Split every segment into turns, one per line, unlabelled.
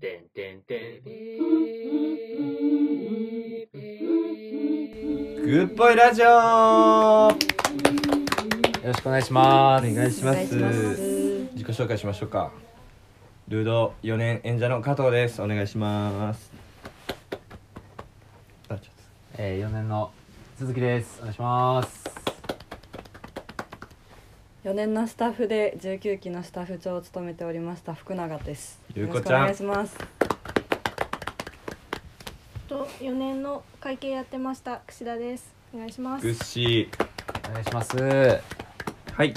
てんてんてん。
グッポイラジオよろしくお願いします。お願いします。
自己紹介しましょうかルード4年演者の加藤ですお願いしますあちょっ
えー、4年の鈴木です。お願いします。
4年のスタッフで19期のスタッフ長を務めておりました福永です。
ゆうこち
よ
ゃん
ろしくお願いします。
と4年の会計やってました櫛田ですお願いしま
とグ
す
ッシ
お願いします。ね
ーはい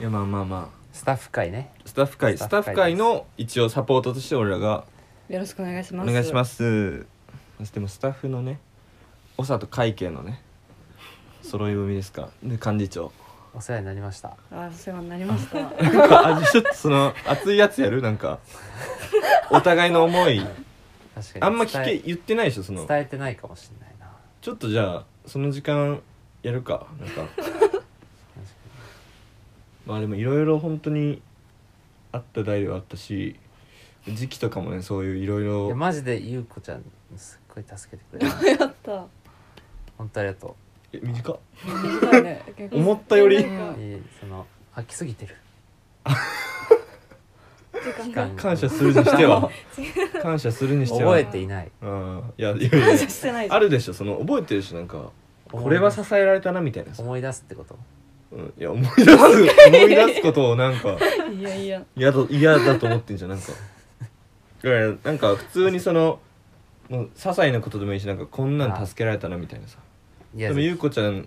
いやまあまあまあ
スタッフ会ね。
スタッフ会ス
スタ
タ
ッ
ッ
フ会
フ会の一応サポートとして俺らが
よろしくお願いし
お
ます。。
願いしますすでもスタッフのね長と会計のね揃い踏みですかで幹事長
お世話になりました。
あ、お世話になりました。
なんかあちょっとその熱いやつやるなんかお互いの思い
確かに。
あんま聞
伝
け
え
言ってないでしょその
伝えてないかもしれないな。
ちょっとじゃあその時間やるかなんかまあでもいろいろ本当にあった代ではあったし時期とかもねそういういろい
いや、
ろ
マジでゆうこちゃん、すっごい助けて くれる。
やった。
本当ありがと
え短っ
短いね結構
思ったより
なん
う。
か
いいその、飽きすぎてる。
時間
期
が
間
感謝するにして は感謝するにしては
覚えていない。
うんいやいやいや
感謝してない
あるでしょその覚えてるしなんか
思い出す
これは支えられたなみたいなさ、
思い出すってこと
うん、いや思い 出す思い出すことをなんか
いやいや。
嫌だ嫌だと思ってんじゃんなん かいやいやなんか普通にそのもう些細なことでもいいしなんかこんなん助けられたなみたいなさ
い
で
や、
も
ク
ゆうこちゃん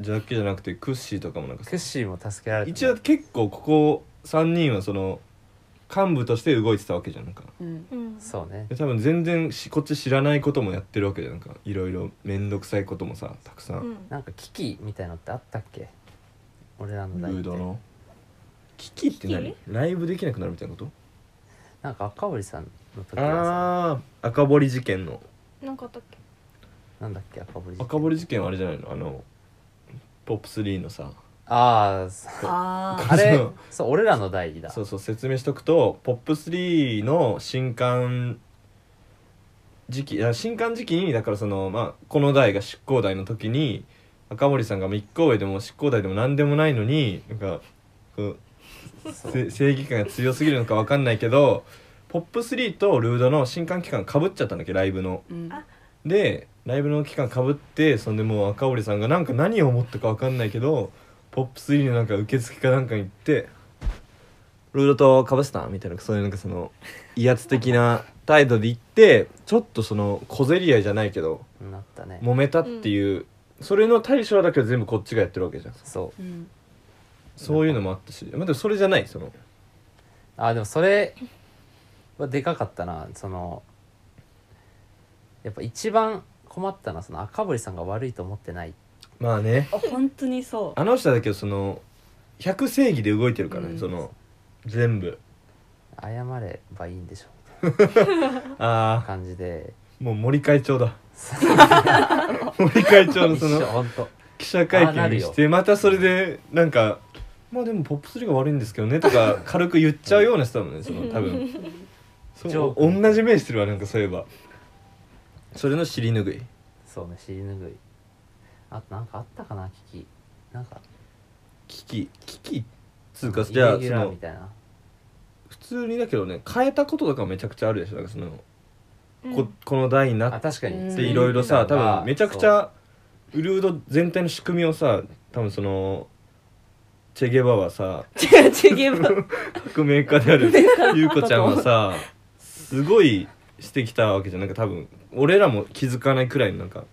だけじゃなくてクッシーとかもなんかさ
ッシーも助けられたね。
一応結構ここ3人はその幹部として動いてたわけじゃんなんか
うん。
うん
そうね
で。多分全然しこっち知らないこともやってるわけじゃんなんかいろいろ面倒くさいこともさたくさ、
うんん
なんか危機みたいのってあったっけ俺らの
ル
代
ー
って
ドの危機って何ライブできなくなるみたいなこと
なんか赤堀さんの時はさ
ああ赤堀事件の
なんかあったっけ
なんだっけ赤堀
赤堀事件はあれじゃないのあのポップ3のさ
ああそ
あ
あれ
そう
そう俺らの代だ
そうそう説明しとくとポップ3の新刊時期あ新刊時期にだからその、まあ、この代が執行代の時に赤森さんが一行上でも執行代でも何でもないのになんかこ
そう
せ正義感が強すぎるのか分かんないけどポップ3とルードの新刊期間かぶっちゃったんだっけライブの。
あ。うん。
あ
でライブの期間かぶってそんでもう赤堀さんがなんか何を思ったか分かんないけどポップ3のなんか受付かなんかに行って「ルードとかぶせた?」みたいなそういうなんかその威圧的な態度で行ってちょっとその小競り合いじゃないけど
なったね
揉めたっていう、それの対処はだけど全部こっちがやってるわけじゃん
そう
うん。
そういうのもあったしまあでもそれじゃないその
あでもそれはでかかったなそのやっぱ一番困ったのはその赤堀さんが悪いと思ってない
まあね
あ本当にそ
あの人はだけどその100正義で動いてるからね、
うん
その全部
謝ればいいんでしょ
ああ
感じで
もう森会長 だ森会長の
一
そ
緒
の
本当
記者会見
あ
し
なる
てまたそれでなんか「まあでもポップ3が悪いんですけどね」と か軽く言っちゃうような人だもんねその多分そう
ジョーク
同じ目してるわなんかそういえばそれの尻拭い
そうね尻拭いあとなんかあったかな危機なんか
危機危機っつうか
イ
じゃ
レ
あ
ギ
そ
ュラーみ
の
たいな
普通にだけどね変えたこととかめちゃくちゃあるでしょなんかその、
うん
ここの代にな
あ
っ
確か
う
に
ん
でいろいろさ多分めちゃくちゃウルード全体の仕組みをさ多分そのチェゲバはさ
う。違う違 う。
革命家である優子ちゃんはさすごいしてきたわけじゃんなんか多分俺らも気づかないくらいのなんか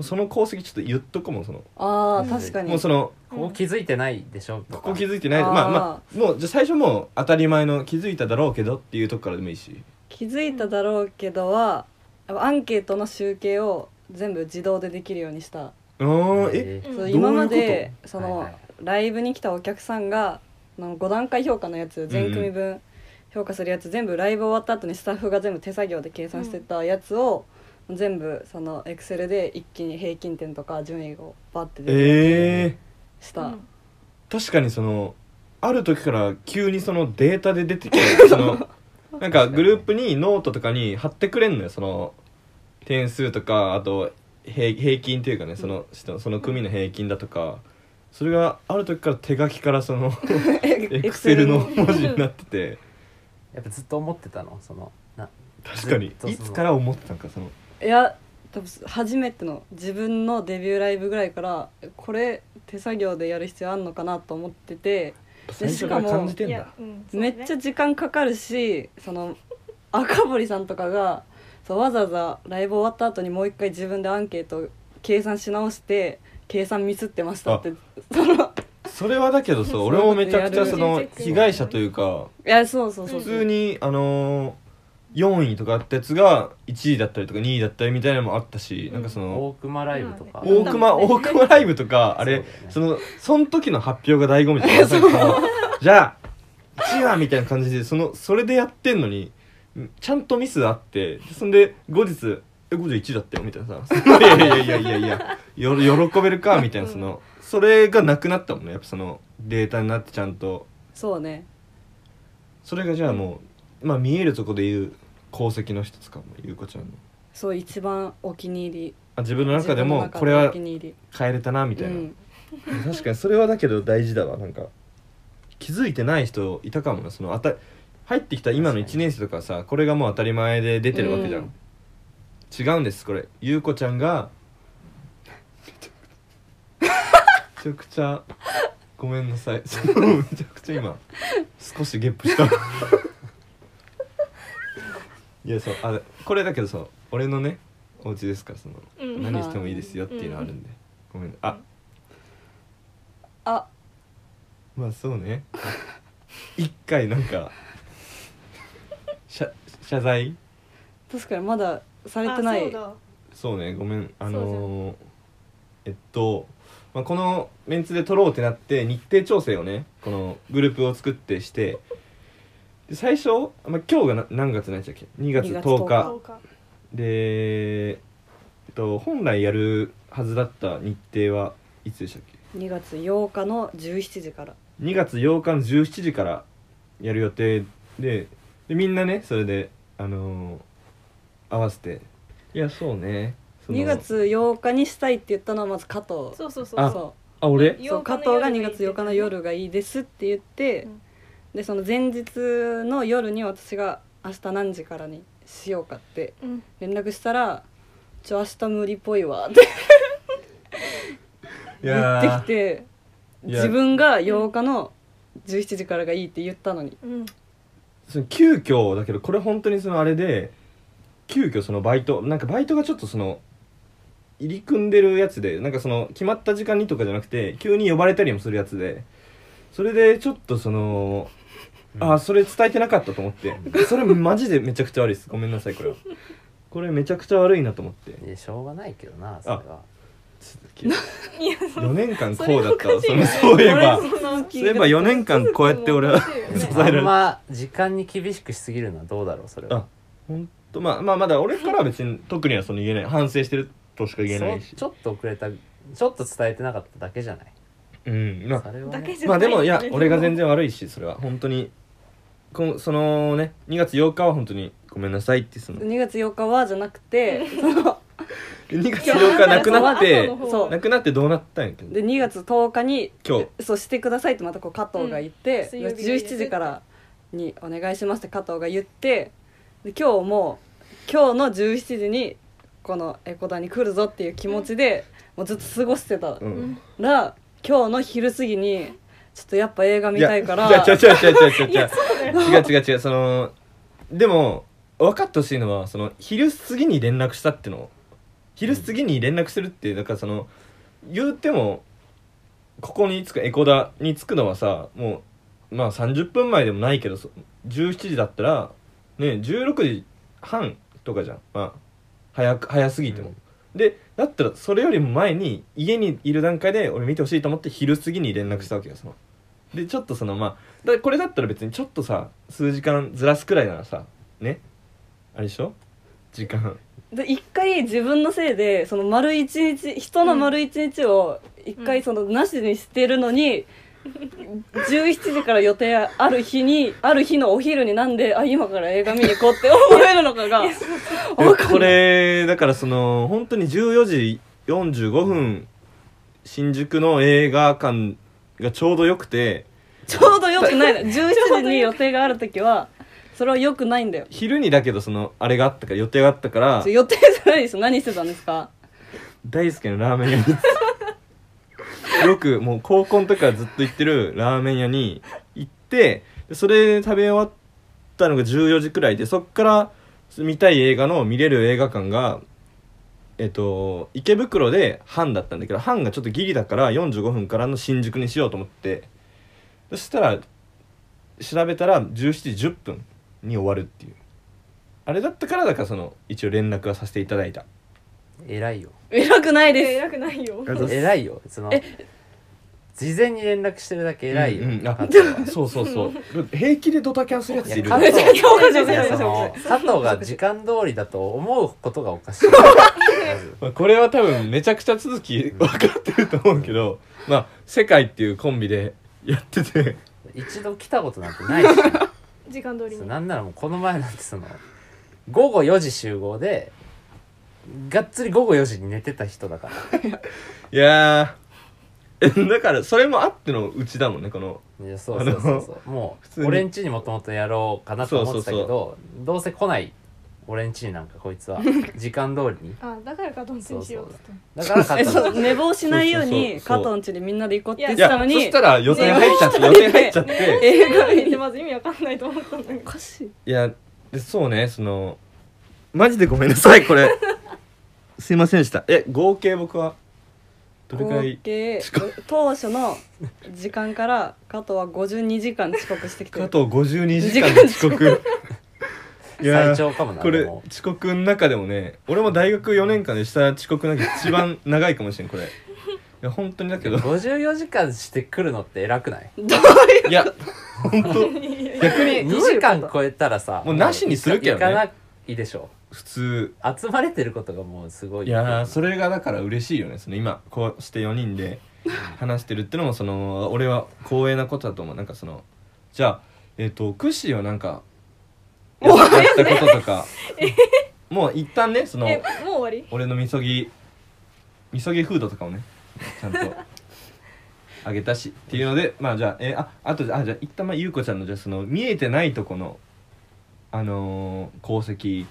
その功績ちょっと言っとこうもうその
ああ確かに。
もうその
ここ気づいてないでしょと
こ
か
こ気づいてない
あー
まあまあもうじゃあ最初もう当たり前の気づいただろうけどっていうとこからでもいいし
気づいただろうけどは、やっぱアンケートの集計を全部自動でできるようにした。
あーえ
えー
そううん今ま
どういう
で
こと
その、
はいはい
ライブに来たお客さんがあの5段階評価のやつ全組分評価するやつ、全部ライブ終わった後にスタッフが全部手作業で計算してたやつを、全部そのエクセルで一気に平均点とか順位をバッて出
え
し
う
た、
ん
ー、確かにそのある時から急にそのデータで出てきてそのなんかグループにノートとかに貼ってくれんのよその点数とかあと平平均っていうかねその人その組の平均だとかそれがある時から手書きからそのエ クセルの文字になってて
やっぱずっと思ってたのそのな
確かに
ずっと
い
その
つから思ってたんかその
いや多分初めての自分のデビューライブぐらいからこれ手作業でやる必要あんのかなと思ってて
最初から感じてん
い
だ
やうんそう
め
ね
っちゃ時間かかるしその赤堀さんとかがそうわざわざライブ終わった後にもう一回自分でアンケート計算し直して計算ミスってましたってい
それはだけどさ俺もめちゃくちゃその被害者というか
やそうそうそう
普
そう
通にあの4位とかあったやつが1位だったりとか2位だったりみたいなのもあったしなんかその
大熊ライブとか
うん
大熊大熊ライブとかあれそ,、
そう
のその時の発表が醍醐味 じゃんそのじゃあ1位はみたいな感じでそのそれでやってんのにんちゃんとミスあってそんで後日「え後日1だったよ」みたいなさ「 いやいやいやいやいやよ喜べるか」みたいなそのそれがなくなったもんねやっぱそのデータになってちゃんと
そうね
それがじゃあもう、まあ、見えるとこで言う功績の一つかもゆうこちゃんの
そう一番お気に入り
あ自分の中でも
自
こ
分
れ
の中でお
は
気に入り
変えれたなみたいな、
うん
確かにそれはだけど大事だわなんか気づいてない人いたかもなそのあた入ってきた今の
確か
1
に
年生とかさこれがもう当たり前で出てるわけじゃん、違うんですこれゆうこちゃんがめちゃくちゃごめんなさいそのめちゃくちゃ今少しゲップしたいやそうあこれだけどそう俺のねお家ですからその、
うん
何してもいいですよっていうのあるんで、ごめんあ
あ
まあそうね一回なんか謝謝罪
確かにまだされ
あ
てな
そう
い
だ
そうねごめんあ
そ
のーえっと、まあ、このメンツで撮ろうってなって日程調整をねこのグループを作ってしてで最初、まあ、今日がな何月何日だっけ2月
2
10
月
日
10日
そうか
で、えっと、本来やるはずだった日程はいつでしたっけ
2月8日の17時から
2月8日の17時からやる予定ででみんなねそれであのー合わせていやそうねその
2月8日にしたいって言ったのはまず加藤
そうそうそう
あ
そう
そ
あ俺
う
8
そう加藤が2月8日の夜がいいですって言って、
うん
でその前日の夜に私が明日何時からにしようかって
うん
連絡したら「ちょ明日無理っぽいわ」って
い
言っ
や
て
ー
きて
いや
自分が8日の17時からがいいって言ったのに
うん
その急遽だけどこれ本当にそのあれで急遽そのバイトなんかバイトがちょっとその入り組んでるやつでなんかその決まった時間にとかじゃなくて急に呼ばれたりもするやつでそれでちょっとそのあーそれ伝えてなかったと思ってそれマジでめちゃくちゃ悪いですごめんなさいこれはこれめちゃくちゃ悪いなと思って
いやしょうがないけどなそれは
いや
4年間こうだったわそ
それおか
の
しい
そういえば
その
そういえば4年間こうやって俺は
そう
支えら
あ
れ
ん
る
ま時間に厳しくしすぎるのはどうだろうそれは
あ本当まあまあまだ俺からは別に特にはその言えない反省してるとしか言えない
そう
し
ちょっと遅れたちょっと伝えてなかっただけじゃない
うんまあ
それは
だけ
ね
じゃ
ま
な
あでもい や
けど
俺が全然悪いしそれは本当にこんそのね2月8日は本当にごめんなさいってその
2月8日はじゃなくてその
2月8日なくなっ
朝
て
の方
そう
なくなってどうなったんやけど
で2月10日に
今日
そうしてくださいってまたこう加藤が言って、
うん水曜日がいいです
17時からにお願いしますって加藤が言ってで今日も今日の17時にこのエコダに来るぞっていう気持ちで、もうずっと過ごしてた
う
うんん
ら今日の昼過ぎにちょっとやっぱ映画見たいから
いや違う違う違う違う違う
いやそうだよ
違う違う違うそのでも分かってほしいのはその昼過ぎに連絡したっての昼過ぎに連絡するってだからその言うてもここに着くエコダに着くのはさもうまあ30分前でもないけどそ17時だったらね16時半とかじゃんまあ早く早すぎても、でだったらそれよりも前に家にいる段階で俺見てほしいと思って昼過ぎに連絡したわけよそのでちょっとそのまあだこれだったら別にちょっとさ数時間ずらすくらいならさねあれでしょ時 間
で一回自分のせいでその丸一日人の丸一日を一回そのなしにしてるのに、 17時から予定ある日にある日のお昼になんであ今から映画見に行こうって思えるのかが分か
こ
んない
れだからその本当に14時45分新宿の映画館がちょうどよくて
ちょうどよくないの17時に予定がある時はそれはよくないんだよ
昼にだけどそのあれがあったから予定があったから
ちょ予定じゃないです何してたんですか
大好きなラーメン屋によくもう高校の時からずっと行ってるラーメン屋に行ってでそれ食べ終わったのが14時くらいでそっから見たい映画の見れる映画館がえっと池袋で半だったんだけど半がちょっとギリだから45分からの新宿にしようと思ってそしたら調べたら17時10分に終わるっていうあれだったからだからその一応連絡はさせていただいた
偉いよ
偉くないです
偉くないよ
りがとうございます
偉いよその事前に連絡してるだけ偉いよ、
うんうんあ
加 藤は
そうそうそう。平気でドタキャンするやついる
いや。
めち ゃくちゃおかしい
い
で
や
い
す
やその佐藤が時間通りだと思うことがお かしいまず
まあこれは多分めちゃくちゃ続き分かってると思うけど、まあ世界っていうコンビでやってて、
一度来たことなんてないし
時間通り
そう
に
なんならもうこの前なんてその午後4時集合でがっつり午後4時に寝てた人だから
いやー、えだからそれもあってのうちだもんねこの。
いやそうそうそうそうも
普通
う
に
俺んちにもともとやろうかなと思ってたけど
そう
どうせ来ない俺んちになんかこい つは時間通りに
あだからかどんちにしようっつって
だから買
え
った
そ
の
う寝坊しないように
そうそうそう
加藤ん家でみんなで行こうって言っ
い
て
や
たの
そ
に
したら予定入っちゃって
ね
予定入っちゃって。
映画見
見て
て
まず意味わかんないと思ったんだけど
おかしい
いやでそうねそのマジでごめんなさいこれ。 すいませんでした。え合計僕はどれくら
合
い？
計当初の時間から加藤は52時間遅刻してきて
加
る
藤52時間の遅刻 いや
最
ー
長かもな
これ
でも
遅刻の中でもね俺も大学4年間でした遅刻なんか一番長いかもしれん これいや本当にだけど
54時間してくるのって偉くない
いや本当逆に
2時間超えたらさ
もうなしにするけどね
行かないでしょ
普通
集まれてることがもうすごい
いやーそれがだから嬉しいよねその今こうして4人で話してるってのもその俺は光栄なことだと思うなんかそのじゃあえっ、とクッシーはなんかやったこととかもう一旦ねその
えもう終わ
俺のみそぎみそぎフードとかをねちゃ んとあげたしっていうのでまあじゃあ、えーああとじゃああじゃあ一旦まあゆうこちゃんのじゃあその見えてないとこのあのー功績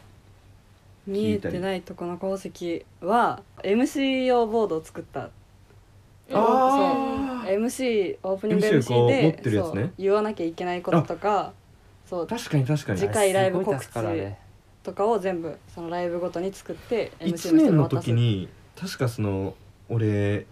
見えてないとこの功績は MC 用ボードを作った
り
あー
MC オープニング
MC こう
MC で
持ってるやつね
そう言わなきゃいけないこととかそう
確かに確かに
次回ライブ告知
すごい助からね
とかを全部そのライブごとに作って
1
MC の人
年
に
の
渡す
時に確かその俺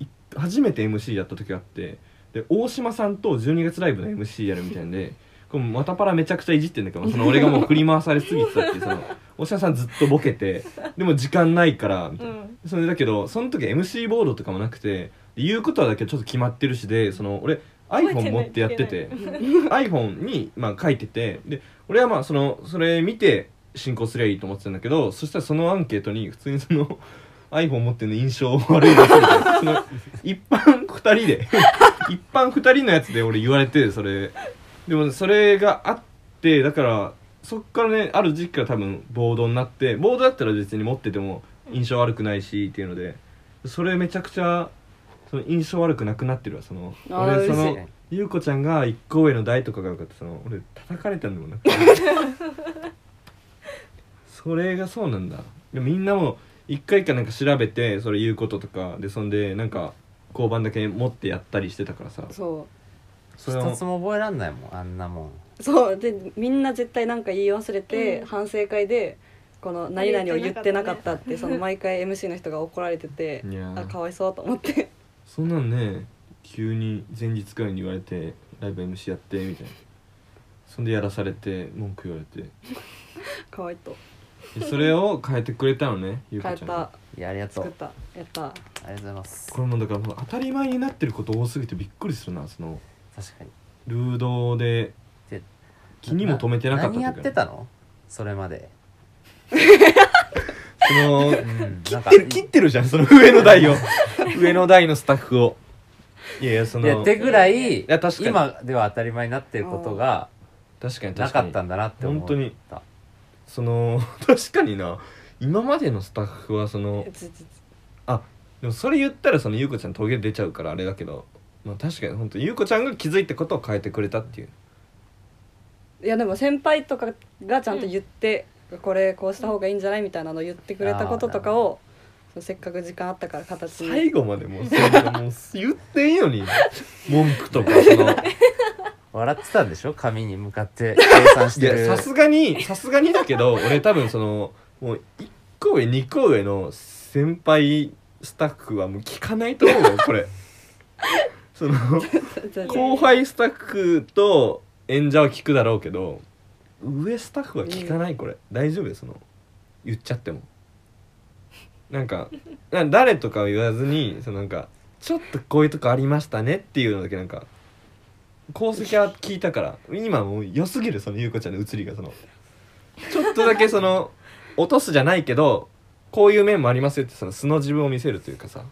い初めて MC やった時があってで大島さんと12月ライブの MC やるみたいなん でこれまたパラめちゃくちゃいじってんだけどその俺がもう振り回されすぎてたっていうその大島さんずっとボケてでも時間ないからみたいな、
うん
それだけどその時 MC ボードとかもなくてで言うことはだけちょっと決まってるしでその俺 iPhone 持ってやってて iPhone にまあ書いててで俺はまあそのそれ見て進行すりゃいいと思ってたんだけどそしたらそのアンケートに普通にその iPhone 持ってるの印象悪いらしいみたいなその一般2人で 一般2人のやつで俺言われてそれでもそれがあってだからそっからねある時期から多分ボードになってボードだったら別に持ってても印象悪くないしっていうのでそれめちゃくちゃその印象悪くなくなってるわその
あー
俺そ
嬉しい
のゆうこちゃんが一個上の台とかがよかったその俺叩かれたんだもんなそれがそうなんだでもみんなも一回一回なんか調べてそれ言うこととかでそんでなんか交番だけ持ってやったりしてたからさ
そ
それは
一つも覚えらんないもんあんなもん
うそうでみんな絶対なんか言い忘れて、
うん
反省会でこの何々を言ってなかったってその毎回 MC の人が怒られてて
いやー
あかわいそうと思って
そんなんね急に前日くらいに言われてライブ MC やってみたいなそんでやらされて文句言われて
かわいと
でそれを変えてくれたの ねゆうこ
変え
ちゃんが
た
いやありがとう
作ったやった
ありがとうございます
これもだからもう当たり前になってること多すぎてびっくりするなその
確かに
ルードで
で
気にも留めてなかった
何やっ
という
てたのそれまで、
その
うん、
切ってる切ってるじゃんその上の台を上の台のスタッフをいやいやそ
いや
の
ってぐらい
や確かに
今では当たり前になってることが
確かに
な
確
か
か
っ
に
たんだなって思った
確かにその 確かにな今までのスタッフはその
つつつ
でもそれ言ったらその優子ちゃんトゲ出ちゃうからあれだけどまあ確かに本当優子ちゃんが気づいたことを変えてくれたっていう
いやでも先輩とかがちゃんと言って、これこうした方がいいんじゃないみたいなのを言ってくれたこととかをそのせっかく時間あったから形に
最後までもうそんなもう言っていいの に文句とかその
笑ってたんでしょ紙に向かって計算 し
い
て
や
る
さすがにさすがにだけど俺多分そのもう1個上2個上の先輩スタッフはもう聞かないと思うよこ れその後輩スタッフと演者は聞くだろうけど上スタッフは聞かないこれ大丈夫よその言っちゃってもなんかな誰とかは言わずにそのなんかちょっとこういうとこありましたねっていうのだけなんか功績は聞いたから今もう良すぎるその優子ちゃんの写りがそのちょっとだけその落とすじゃないけどこういう面もありますよってその素の自分を見せるというかさ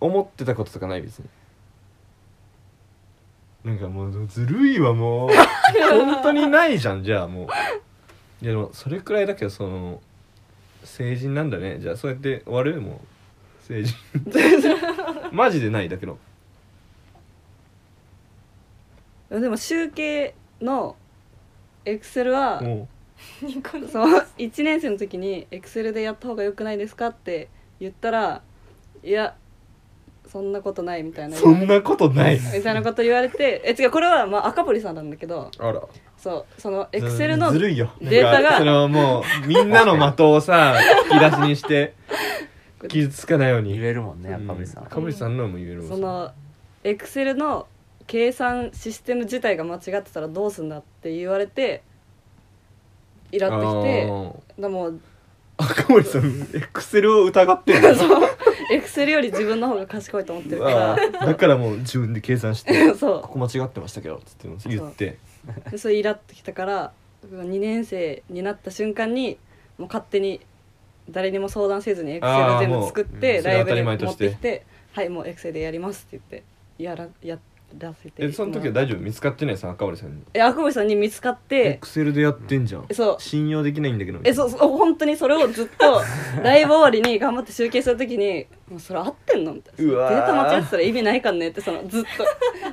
思ってたこととかない別になんかもうずるいわもう本当にないじゃんじゃあもういやでもそれくらいだけどその成人なんだねじゃあそうやって終わるもう成人マジでないだけど
でも集計のエクセルは
も
ニコニコ
その1年生の時にエクセルでやった方が良くないですかって言ったらいやそんなことないみたいうな
そんなことない
みたいなこと言われてえ違うこれはまあ赤堀さんなんだけど
あら
そうそのエクセルの
ずるいよ
データが
なんかそのもうみんなの的をさ引き出しにして傷つかないよう
言
に
えるもんね赤堀さんは
赤堀さんのも言えるもん
そのエクセルの計算システム自体が間違ってたらどうすんだって言われてイラ
あ
っときて
ー
でも
赤森さんエクセルを疑って る
エクセルより自分の方が賢いと思ってるか
あ
ら
ーだからもう自分で計算して
そう
ここ間違ってましたけどつって言って
でそれイラっときたから2年生になった瞬間にもう勝手に誰にも相談せずにエクセル全部作っ
あ
て
ーもううん
ラ
それは
イブに持
当たり前と
っ
して
てきて「はいもうエクセルでやります」って言ってやらやらせて
えその時は大丈夫見つかってないさ赤森さんに
え赤星さんに見つかっ
エ
て
クセルでやってんじゃん
そう
信用できないんだけど
えそうそう本当にそれをずっ とライブ終わりに頑張って集計した時に「もうそれ合ってんの?」みたいな
うわー
データ間違ってたら意味ないかんね」ってそのずっ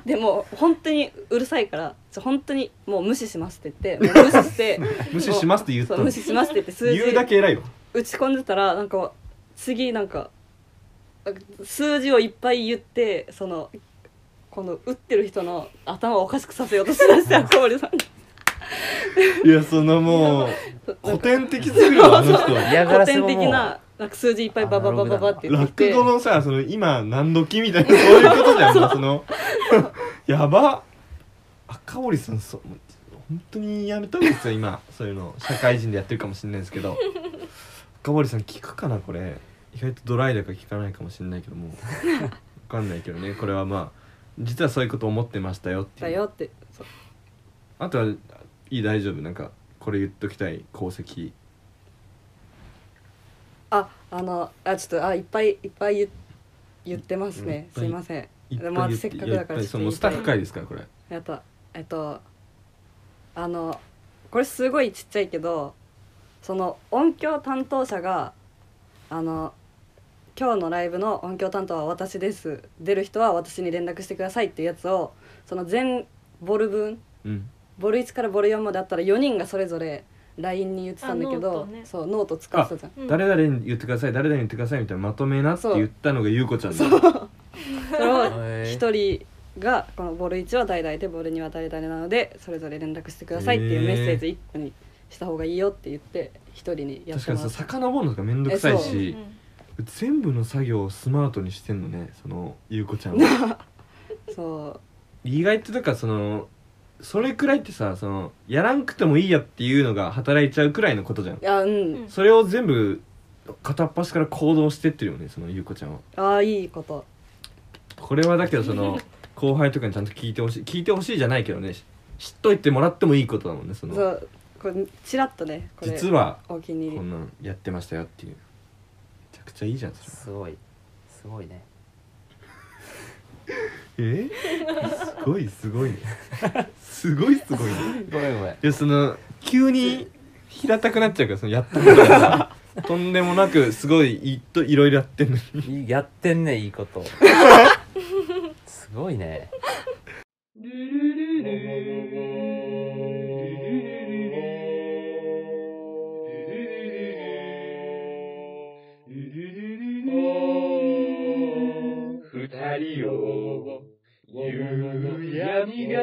とでも本当にうるさいから「ちょ本当にもう無視します」って言ってもう無視して
無視しますって言った
そ
の
う無視しますって言って数字
言うだけ偉いわ
打ち込んでたらなんか次なんかなんか数字をいっぱい言ってそのこの打ってる人の頭をおかしくさせようとしだし て赤堀さんが
いやそのもう古典的すぎるわあの人
嫌が
古
らせ
典
も
的
もう
ななんか数字いっぱいバババババって言って
落
きて
語のさその今何時みたいなそういうこと じゃんもうその やば赤堀さんそう本当にやめた方がいいですよ今そういうの社会人でやってるかもしれないですけど赤堀さん聞くかなこれ意外とドライだから聞かないかもしれないけどもうわかんないけどねこれはまあ実はそういうこと思ってましたよって
だ
いう
よってそう
あとはいい大丈夫なんかこれ言っときたい功績
ああのあちょっとあいっぱいいっぱい言言ってますね
う
す
んい
い
っ
ません
いっぱ
で
い
も
言
私
って
せっかく
い
だから
やいっぱい
ち
そ
ょっ
の
と
スタッフ
言い
会ですからこれ
たいやったえっとあのこれすごいちっちゃいけどその音響担当者があの今日のライブの音響担当は私です出る人は私に連絡してくださいっていうやつをその全ボル分
うん
ボル1からボル4まであったら4人がそれぞれ LINE に言ってたんだけ
あノ
ど
ートね
そうノート使ってたじゃん
うん
誰々に言ってください誰々に言ってくださいみたいなまとめなって
そう
言ったのが優子ちゃんだ
それを
へー
一人がこのボール1は代々でボール2は代々なのでそれぞれ連絡してくださいっていうメッセージ1個にした方がいいよって言って一人にやっ
確
て
か
ま
にさ
す
遡るのとかめんどくさい
うん
し、
うん
全部の作業をスマートにしてんのねその優子ちゃんは
そう
意外とだからそのそれくらいってさそのやらんくてもいいやっていうのが働いちゃうくらいのことじゃん
いやうん、
うん
それを全部片っ端から行動してってるよねその優子ちゃんは
ああいいこと
これはだけどそ の後輩とかにちゃんと聞いてほしい聞いてほしいじゃないけどねし知っといてもらってもいいことだもんねそ
そ
の
うこれチラッとねこれ
実は
お気に入
こ
り
んなんやってましたよっていうめちゃくちゃいいじゃんそれ
すごいすごいね
えすごいすごいねすごいすごいね
ごめんごめん
でその急に平たくなっちゃうからそのやったことがさとんでもなくすごいいっといろいろやってんのに
いいやってんねいいこと すごいね
二人を夕闇が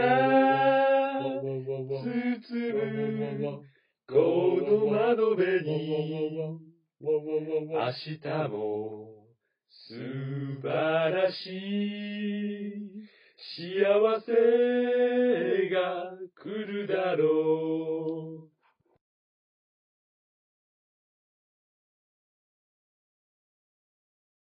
包むこの窓辺に明日も素晴らしい幸せが来るだろう